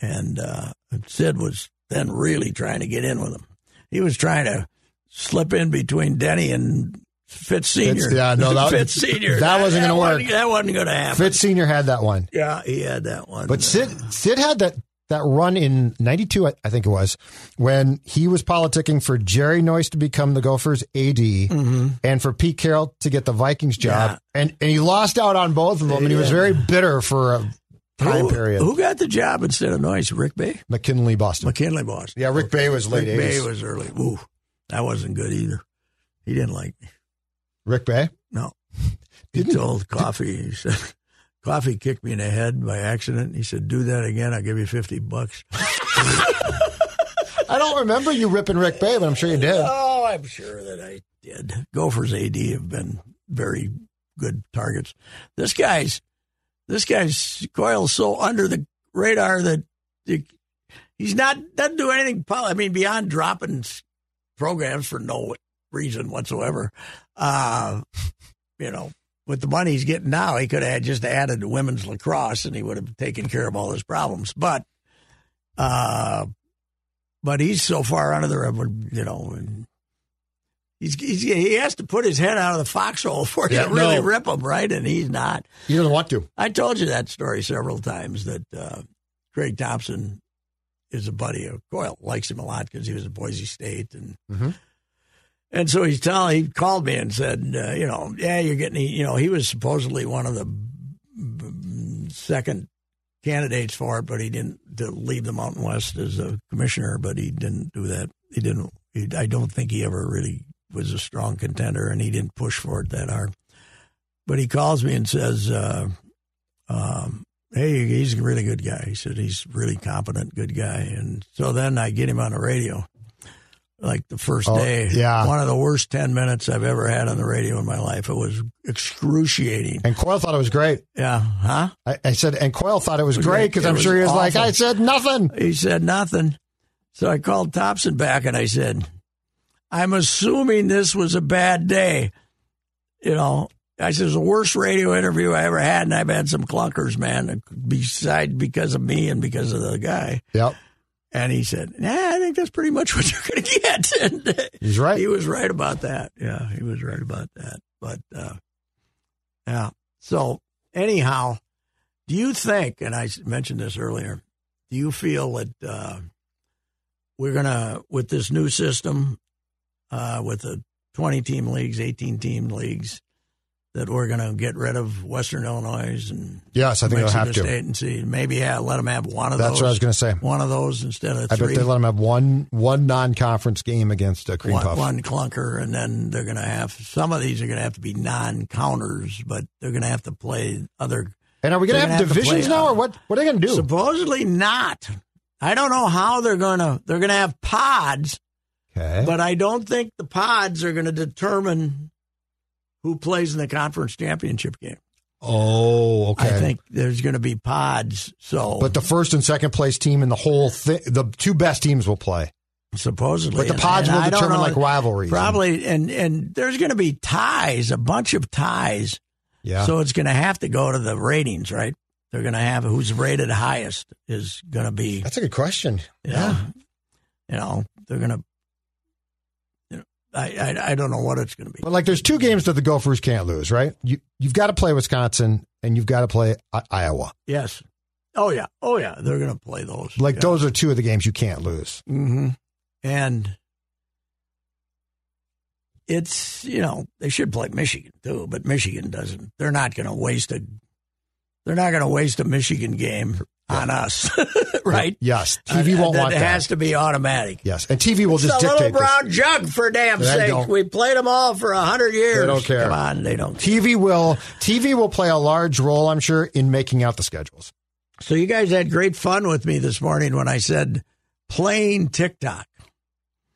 and uh, Sid was then really trying to get in with him. He was trying to slip in between Denny and Fitz Senior.
Fitz- yeah, no, that-
Fitz Senior.
that wasn't gonna work.
wasn't- that wasn't going to happen.
Fitz Sr. had that one.
Yeah, he had that one. Uh,
But Sid Sid had that that run in '92, I I think it was, when he was politicking for Jerry Noyce to become the Gophers' AD and for Pete Carroll to get the Vikings job,
Mm-hmm. Yeah.
and and he lost out on both of them, and he was very bitter for a time
who,
period.
Who got the job instead of Noyce? Rick Bay,
McKinley, Boston.
McKinley, Boston.
yeah, Rick Bay was late
Rick Bay
'80s.
was early. Ooh, that wasn't good either. He didn't like me.
Rick Bay.
No. He
Didn't-
told Coffee, he said, Coffee kicked me in the head by accident. He said, do that again, I'll give you 50 bucks.
I don't remember you ripping Rick Bay, but I'm sure you did.
Oh, I'm sure that I did. Gophers AD have been very good targets. This guy's, this guy's coil's so under the radar that you- he's not, doesn't do anything, pol- I mean, beyond dropping s- programs for no reason whatsoever. Uh, you know, with the money he's getting now, he could have just added to women's lacrosse and he would have taken care of all his problems. But, uh, but he's so far under the river, you know. And he's, he's he has to put his head out of the foxhole for you
Yeah,
to really
no.
rip him, right? And he's not.
He doesn't want to.
I told you that story several times that uh, Craig Thompson is a buddy of Coyle, likes him a lot because he was at Boise State, and
Mhm.
and so he's telling. He called me and said, uh, you know, yeah, you're getting. You know, he was supposedly one of the mm, second candidates for it, but he didn't to leave the Mountain West as a commissioner. But he didn't do that. He didn't. He, I don't think he ever really was a strong contender, and he didn't push for it that hard. But he calls me and says, uh, um, "Hey, he's a really good guy." He said he's really competent, good guy. And so then I get him on the radio, like the first
Oh,
day.
yeah.
one of the worst ten minutes I've ever had on the radio in my life. It was excruciating.
And Coyle thought it was great.
Yeah, huh?
I, I said, and Coyle thought it was
Was
great
great.
because
It
I'm
was
sure he was like,
awful.
I said nothing.
He said nothing. So I called Thompson back and I said, I'm assuming this was a bad day. You know, I said, it's the worst radio interview I ever had, and I've had some clunkers, man, beside because of me and because of the guy.
Yep,
And he said, nah, I think that's pretty much what you're going to get. and
he's right.
he was right about that. Yeah, he was right about that. But, uh, yeah. So, anyhow, do you think, and I s- mentioned this earlier, do you feel that uh, we're going to, with this new system, uh, with the 20 team leagues, 18 team leagues, that we're going to get rid of Western Illinois and
yes, I think it'll
Mexico
have to.
State and see, maybe yeah, let them have one of
That's
those.
what I was going to say.
One of those instead of
I
three.
bet they let him have one one non conference game against a cream
one,
puff.
one clunker, and then they're going to have some of these are going to have to be non-counters, but they're going to have to play other.
And are we going
They're
to have
gonna have to
divisions
play,
now,
uh,
or what? What are they going to do?
Supposedly not. I don't know how they're going to. They're going to have pods,
okay.
but I don't think the pods are going to determine who plays in the conference championship game.
oh, okay.
I think there's going to be pods. So,
but the first and second place team in the whole thing, the two best teams will play.
supposedly,
But the
and-
pods
and
will
I don't
determine
know-
like rivalries.
Probably, and and there's going to be ties, a bunch of ties.
Yeah.
So it's going to have to go to the ratings, right? They're going to have who's rated highest is going to be,
That's a good question.
you know, you know they're going to, you know, I, I I don't know what it's going to be.
But like, there's two games that the Gophers can't lose, right? You you've got to play Wisconsin and you've got to play I- Iowa.
Yes. Oh yeah. Oh yeah. They're going to play those.
Like
Yeah.
those are two of the games you can't lose.
hmm And it's you know they should play Michigan too, but Michigan doesn't. They're not going to waste a. They're not going to waste a Michigan game on us, right?
Yes, TV
Uh,
won't
that
want that.
has to be automatic.
yes, and TV will just
it's a little
dictate this.
brown jug for damn
They
sake.
don't.
We played them all for a hundred years.
They don't care.
Come on, they don't. care.
TV will TV will play a large role, I'm sure, in making out the schedules.
So you guys had great fun with me this morning when I said playing TikTok.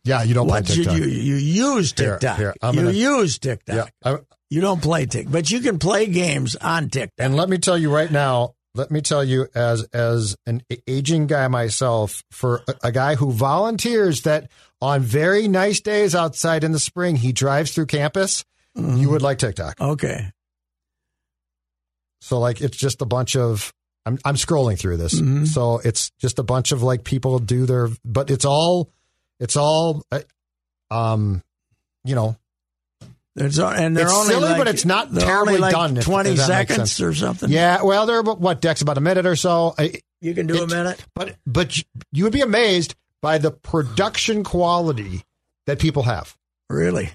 Yeah, you don't
What
play
should
TikTok.
you you use
Here,
TikTok?
here, I'm
you
gonna-
use TikTok.
yeah, I-
You don't play TikTok, but you can play games on TikTok.
and let me tell you right now. Let me tell you, as as an a- aging guy myself, for a, a guy who volunteers that on very nice days outside in the spring, he drives through campus. You would like TikTok.
Okay.
So like it's just a bunch of I'm I'm scrolling through this.
Mhm.
So it's just a bunch of like people do their but it's all it's all uh, um you know
It's, o- and they're
It's
only
silly,
like-
but it's not
they're only
terribly
like
done, if-
Twenty
if that makes
seconds
sense.
or something.
yeah well they're about what Dex about a minute or so I,
you can do a
It-
minute.
but but you would be amazed by the production quality that people have
Really?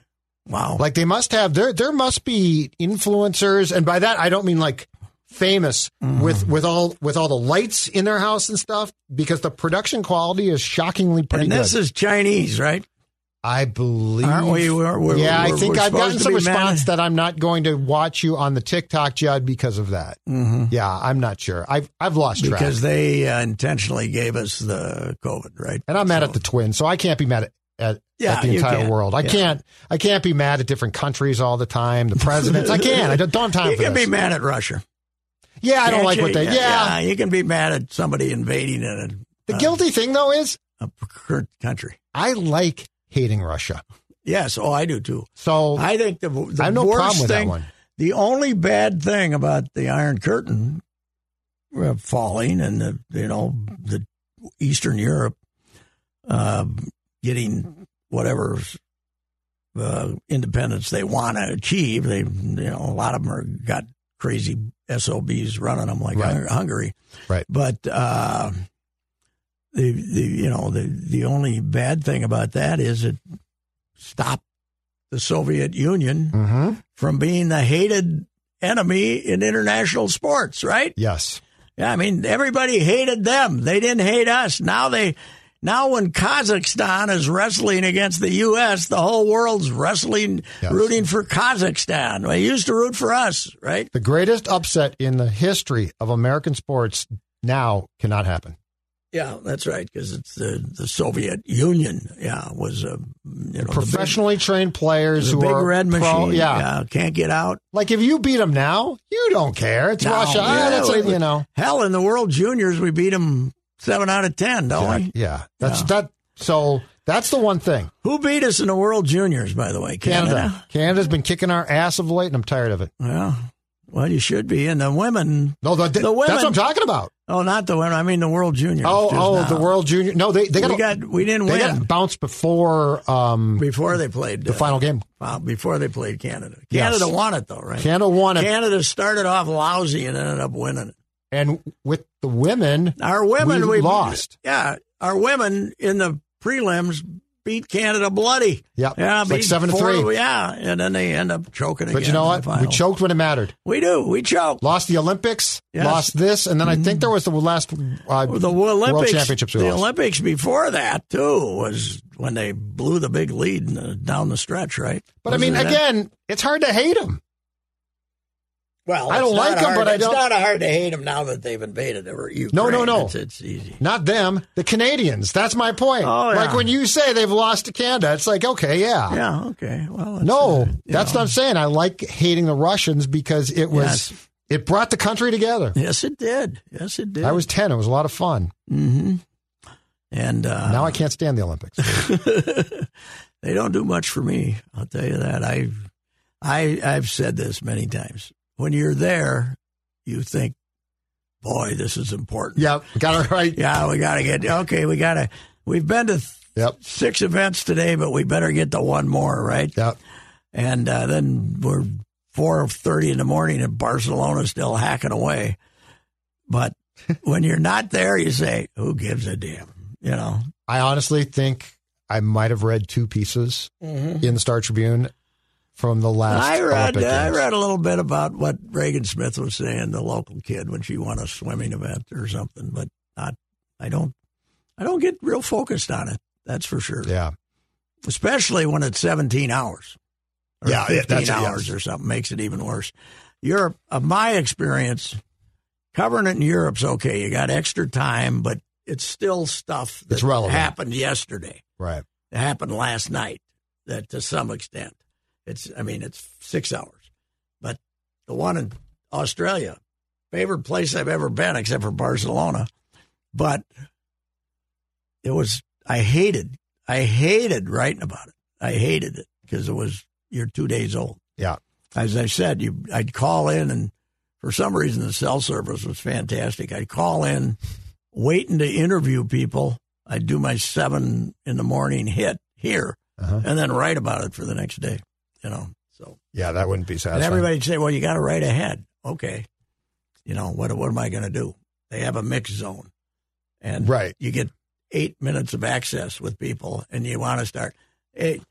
Wow.
like they must have there there must be influencers and by that I don't mean like famous
Mm.
with with all with all the lights in their house and stuff because the production quality is shockingly pretty
and
good.
this is Chinese, right?
I believe.
Aren't we- we're- we're-
yeah, I
we're-
think
we're
I've
supposed
gotten
to
some
be
response
mad-
that I'm not going to watch you on the TikTok, Judd, because of that.
Mm-hmm.
Yeah, I'm not sure. I've I've lost track,
Because they uh, intentionally gave us the COVID, right?
and I'm mad
So-
at the twins, so I can't be mad at. At,
Yeah,
at the
you
entire
can't.
world, I
Yeah.
can't. I can't be mad at different countries all the time. The presidents, I can. I don't, don't have time
You
for
can
this.
be mad at Russia.
yeah, I don't
Can't
like
you?
what they. yeah,
you can be mad at somebody invading a,
The guilty thing though is
a per- country.
I like hating Russia.
Yes, oh, I do too.
So
I think the, the
I have no
worst
problem with that
thing,
one.
the only bad thing about the Iron Curtain uh, falling and the you know the Eastern Europe uh, getting whatever uh, independence they want to achieve, they you know a lot of them are got crazy SOBs running them like
Right.
Hung- Hungary,
Right.
But uh, the the you know the the only bad thing about that is it stopped the Soviet Union
Mhm.
from being the hated enemy in international sports, right?
Yes.
Yeah, I mean everybody hated them. They didn't hate us. Now they now when Kazakhstan is wrestling against the US, the whole world's wrestling
Yes.
rooting for Kazakhstan. They used to root for us, right?
The greatest upset in the history of American sports now cannot happen.
Yeah, that's right because it's the, the Soviet Union, yeah, was a you know,
Professionally trained players
the big,
who
the big
are
red
pro-
machine.
yeah.
can't get out.
Like if you beat them now, you don't care. It's
No,
Russia. Ah,
yeah,
that's
we-
it, you know.
Hell, in the World Juniors, we beat them seven out of ten, don't
Yeah.
we?
yeah. That's
Yeah.
that so that's the one thing.
Who beat us in the World Juniors, by the way?
Canada. Canada's been kicking our ass of late and I'm tired of it.
Well, well, you should be. And the women.
No, the,
The women-
that's what I'm talking about.
Oh, not the women. I mean the World Juniors.
Oh,
just
oh,
now.
the World Junior. No, they they got
we got. We didn't
they
win
got bounced before um
before they played
the
uh,
final game.
well, before they played Canada.
Yes.
Canada won it though, right?
Canada won it,
Canada started off lousy and ended up winning it.
and with the women,
Our women,
We
we
lost.
Yeah, our women in the prelims beat Canada bloody.
yeah,
Yeah,
it's like
beat
seven to
four-
three.
Yeah, and then they end up choking
But
again.
you know
in
what?
the
We
final.
choked when it mattered.
We do. We choke.
Lost the Olympics,
Yes. Mm.
lost this, and then I think there was the last uh,
the Olympics,
World Championships. We
the
lost.
Olympics before that too was when they blew the big lead in the, down the stretch, right?
but I mean,
Wasn't it that?
again, it's hard to hate them.
well,
I don't
it's not
like 'em,
hard-
but I
it's
don't-
not hard to hate them now that they've invaded over Ukraine.
No, no, no.
It's, it's easy.
Not them, the Canadians. That's my point.
Oh, yeah.
Like when you say they've lost to Canada, it's like okay, yeah,
Yeah. Okay. Well, it's,
no,
uh, you
that's
know.
what I'm saying. I like hating the Russians because it was
Yes.
it brought the country together.
Yes, it did. Yes, it did.
I was ten; it was a lot of fun.
hmm And uh,
now I can't stand the Olympics.
they don't do much for me. I'll tell you that. I, I, I've said this many times. When you're there, you think, "Boy, this is important."
yeah, got it right.
Yeah, we got to get okay. We got to. We've been to th-
Yep.
six events today, but we better get to one more, right?
Yeah.
And uh, then we're four thirty in the morning, and Barcelona's still hacking away. But when you're not there, you say, "Who gives a damn?" You know.
I honestly think I might have read two pieces in the Star Tribune from the Mm-hmm. last.
I read uh,
Olympic
I
Games.
read a little bit about what Reagan Smith was saying, the local kid, when she won a swimming event or something, but not. I don't. I don't get real focused on it. That's for sure.
Yeah,
Especially when it's 17 hours. Or
Yeah, yeah,
15
that's- yeah.
hours or something makes it even worse. Europe, of my experience, covering it in Europe's okay. You got extra time, but it's still stuff that
It's relevant.
happened yesterday
right.
that happened last night that to some extent it's i mean it's six hours but the one in australia favorite place i've ever been except for barcelona but it was i hated i hated writing about it i hated it because it was you're two days old
Yeah.
as i said you i'd call in and for some reason the cell service was fantastic i'd call in waiting to interview people I'd do my seven in the morning hit here
Uh-huh.
and then write about it for the next day, you know. So
Yeah, that wouldn't be
and
satisfying.
everybody'd say, Well, you gotta write ahead. Okay. You know, what what am I gonna do? They have a mix zone. And
Right.
you get eight minutes of access with people and you wanna start hey,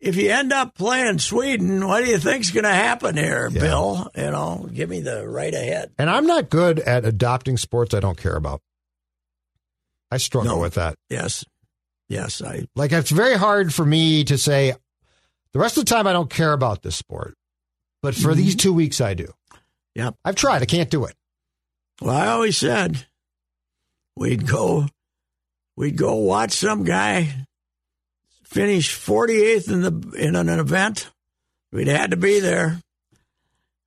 if you end up playing Sweden, what do you think's gonna happen here,
Yeah.
Bill? You know, give me the right ahead.
and I'm not good at adopting sports I don't care about. I struggle
No.
with that.
Yes. Yes, I
Like it's very hard for me to say the rest of the time I don't care about this sport. But for these
Mm-hmm.
two weeks I do.
Yep.
I've tried, I can't do it.
Well, I always said we'd go, we'd go watch some guy finish 48th in the in an event. We'd had to be there.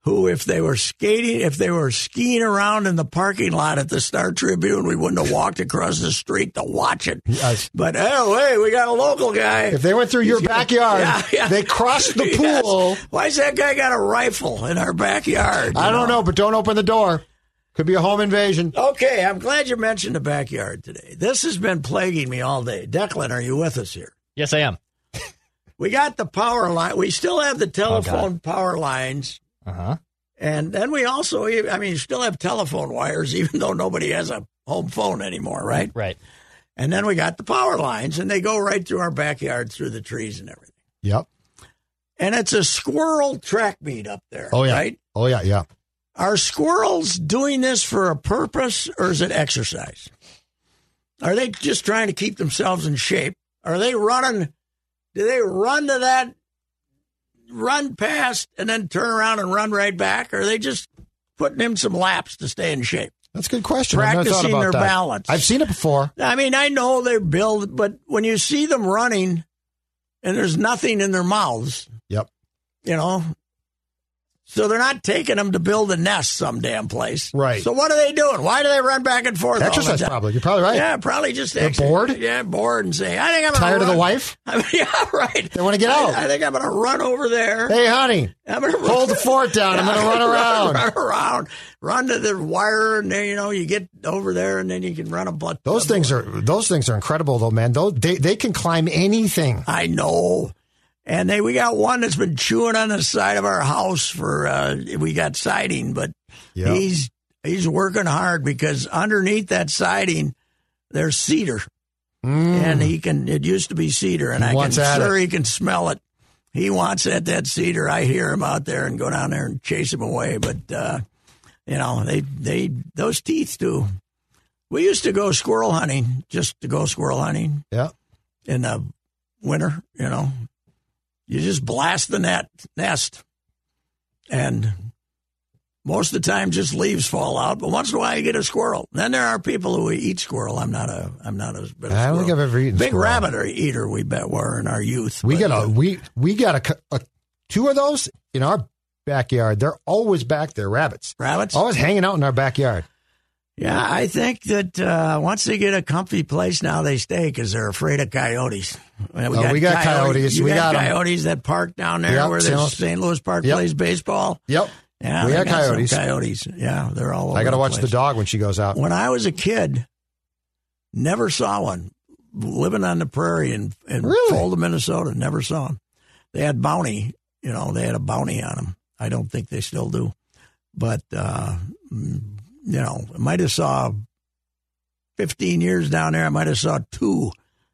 Who, if they were skating, if they were skiing around in the parking lot at the Star Tribune, we wouldn't have walked across the street to watch it.
Yes.
But oh, hey, we got a local guy.
If they went through your backyard,
Yeah, yeah.
they crossed the
Yes.
pool.
Why's that guy got a rifle in our backyard?
I
you
don't know, but don't open the door. Could be a home invasion.
Okay, I'm glad you mentioned the backyard today. This has been plaguing me all day. Declan, are you with us here?
Yes, I am.
We got the power line. We still have the telephone power lines.
Uh
Uh-huh.
huh.
And then we also, e, I mean, still have telephone wires, even though nobody has a home phone anymore, right?
Right.
And then we got the power lines, and they go right through our backyard, through the trees and everything.
Yep.
And it's a squirrel track meet up there,
Oh yeah.
right?
Oh yeah, yeah.
Are squirrels doing this for a purpose or is it exercise? Are they just trying to keep themselves in shape? Are they running? Do they run to that, run past, and then turn around and run right back? Or are they just putting in some laps to stay in shape?
That's a good question. I've never thought
Practicing
about
their
that.
balance.
I've seen it before.
I mean, I know they're built, but when you see them running and there's nothing in their mouths,
Yep.
you know. So they're not taking them to build a nest some damn place.
Right.
So what are they doing? Why do they run back and forth? all the
Exercise
time?
probably. You're probably right.
Yeah, probably just
They're
exer-
bored?
Yeah, bored and say, I think I'm gonna
Tired of the
run-
wife?
I mean, yeah, right.
They wanna get
I-
out.
I, think I'm gonna run over there.
Hey honey.
I'm gonna
Hold the fort down. I'm gonna run around.
run around, run to the wire, and then you know you get over there, and then you can run a butt.
Those things are those things are incredible though, man. Those they, they can climb anything.
I know. And they, we got one that's been chewing on the side of our house for uh, we got siding, but
Yeah.
he's he's working hard because underneath that siding there's cedar, and he can. It used to be cedar, and
Mm. He
I can
wants at it.
sure he can smell it. He wants at that cedar. I hear him out there and go down there and chase him away. But uh, you know they they those teeth do. We used to go squirrel hunting just to go squirrel hunting
Yeah.
in the winter, you know. You just blast the net nest, and most of the time, just leaves fall out. But once in a while, you get a squirrel. Then there are people who eat squirrel. I'm not a. I'm not a. Bit of
I don't think
squirrel.
I've ever eaten
big
squirrel.
rabbit or eater. We bet were in our youth.
We
but, uh,
got a we we got a, cou- a two of those in our backyard. They're always back there, rabbits.
rabbits.
Always hanging out in our backyard.
Yeah, I think that uh, once they get a comfy place, now they stay because they're afraid of coyotes. We
Oh, we got coyotes.
You
We got 'em.
coyotes that park down there
Yep,
where the
St.
St. Louis Park
Yep.
plays baseball.
Yep.
Yeah,
We
they
got
some
coyotes.
Coyotes. Yeah, they're all. Over
I got to watch the
place.
dog when she goes out.
When I was a kid, never saw one. Living on the prairie in, in
Really?
Folda, Minnesota, never saw them. They had bounty. You know, they had a bounty on them. I don't think they still do. But, uh, mm, you know, I might have saw 15 years down there, I might have saw two.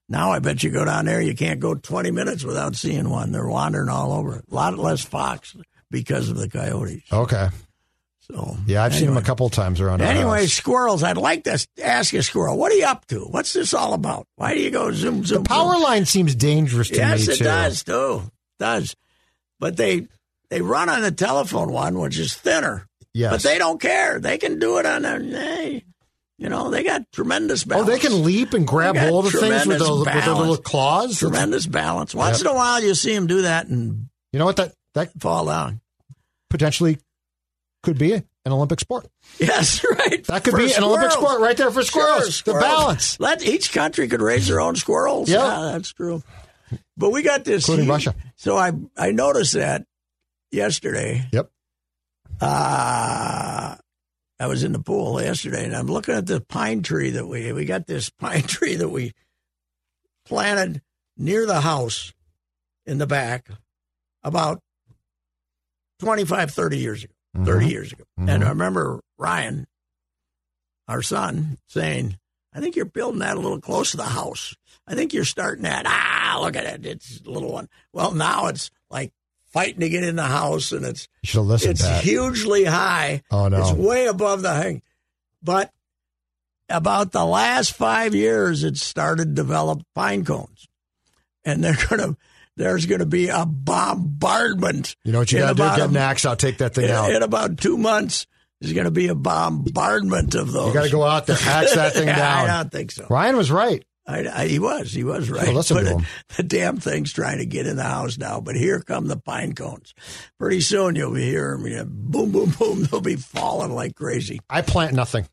Now I bet you go down there, you can't go 20 minutes without seeing one. They're wandering all over. A lot less fox because of the coyotes.
Okay.
So
Yeah, I've seen them a
anyway.
couple times around. our
Anyway,
house.
squirrels. I'd like to s- ask a squirrel, what are you up to? What's this all about? Why do you go zoom zoom?
the power
zoom?
line seems dangerous to
Yes,
me
it
too.
does too. Does, but they they run on the telephone one, which is thinner.
Yes.
But they don't care. They can do it on their. They, you know, they got tremendous
oh,
balance.
they can leap and grab
They got
hold of things with
tremendous
those with their little
balance.
claws.
Tremendous balance. Once
Yep.
in a while, you see them do that and
You know what? That that
fall down.
potentially could be an Olympic sport.
Yes, right.
That could
For
be an Olympic
squirrels.
sport right there for squirrels.
Sure,
The balance,
Let each country could raise their own squirrels.
Yeah.
Yeah, that's true. But we got this,
Including Russia.
So I I noticed that yesterday.
Yep.
Uh, I was in the pool yesterday, and I'm looking at the pine tree that we we got this pine tree that we planted near the house in the back about 25, 30 years ago.
Mm-hmm.
30 years ago. And I remember Ryan, our son, saying, I think you're building that a little close to the house. I think you're starting that. Ah, look at it. It's a little one. Well, now it's like fighting to get in the house and it's
You should have listened,
it's
Pat.
hugely high.
Oh, no.
It's way above the hang. But about the last five years, it started to develop pine cones, and they're gonna there's gonna be a bombardment.
You know what you
in
got to do?
about
Get
a-
an axe out, take that thing
in,
out.
in about two months. There's gonna be a bombardment of those.
you got to go out there, axe that thing
Yeah,
down.
I don't think so.
Ryan was right.
I, I, he was, he was right.
listen to him.
the damn thing's trying to get in the house now. But here come the pine cones. Pretty soon you'll be hearing them. you know, boom, boom, boom. They'll be falling like crazy.
I plant nothing.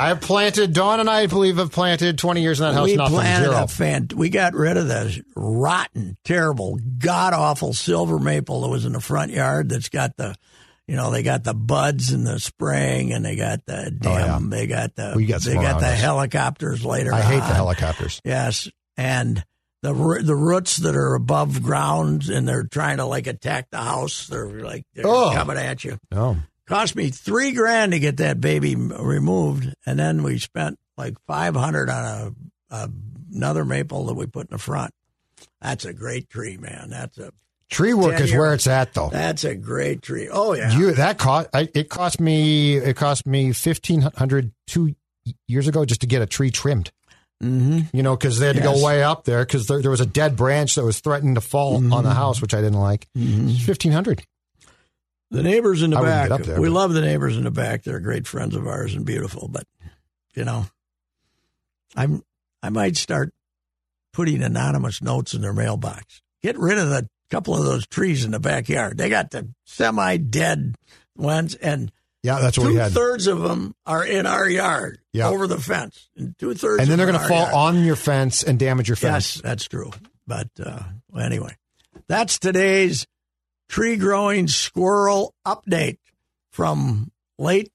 I have planted. Dawn and I believe have planted twenty years in that house.
we
nothing.
planted
Zero.
a fan. We got rid of the rotten, terrible, god awful silver maple that was in the front yard. That's got the, you know, they got the buds in the spring, and they got the damn. They got the.
Oh, We got some
they got
around
the
us.
helicopters later.
I hate the
on.
helicopters.
Yes, and the ro- the roots that are above ground and they're trying to like attack the house. They're like they're
Oh.
coming at you.
No.
Cost me three grand to get that baby m- removed, and then we spent like five hundred on a, a another maple that we put in the front. That's a great tree, man. That's a
Tree work
Ten
is
year-
where it's at, though.
that's a great tree. Oh yeah,
You that cost I, it cost me it cost me fifteen hundred two years ago just to get a tree trimmed. Mm-hmm. You know, because they had to
Yes.
go way up there because there, there was a dead branch that was threatened to fall on
Mm-hmm.
the house, which I didn't like. Fifteen hundred.
the neighbors in the
I wouldn't
back.
get up there,
we
but-
love the neighbors in the back. They're great friends of ours and beautiful. But you know, I'm I might start putting anonymous notes in their mailbox. Get rid of the couple of those trees in the backyard. They got the semi dead ones, and
Yeah, Oh, that's what we
two
had.
thirds of them are in our yard
Yeah.
over the fence, and two thirds.
And then they're going to fall
yard.
on your fence and damage your fence.
Yes, that's true. But uh, well, anyway, that's today's tree growing squirrel update from late.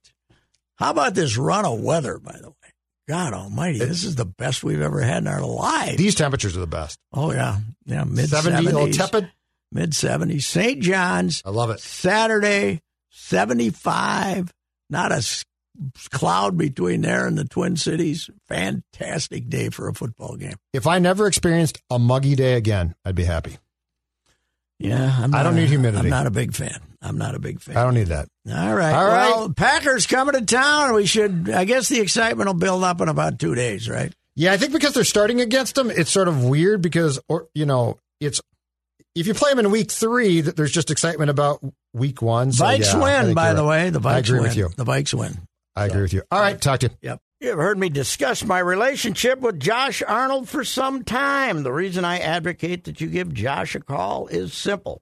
How about this run of weather, by the way? God almighty, this is the best we've ever had in our lives.
These temperatures are the best.
oh, yeah. Yeah, mid
70, a little
70s.
tepid.
Mid 70s. St. John's,
I love it.
Saturday, 75. Not a s- cloud between there and the Twin Cities. Fantastic day for a football game.
If I never experienced a muggy day again, I'd be happy.
Yeah, I'm
I
not
don't
a-
need humidity.
I'm not a big fan. I'm not a big fan.
I don't need that.
All right.
All right.
Well, Packers coming to town. We should. I guess the excitement will build up in about two days, right?
Yeah, I think because they're starting against them, it's sort of weird because, or you know, it's if you play them in week three, that there's just excitement about week one. So,
Vikes
yeah, I
win,
think
by
you're
the
right.
way. The Vikes
I agree
win.
with you.
The Vikes win.
I agree with you. All right, talk to you.
Yep.
You've heard me discuss my relationship with Josh Arnold for some time. The reason I advocate that you give Josh a call is simple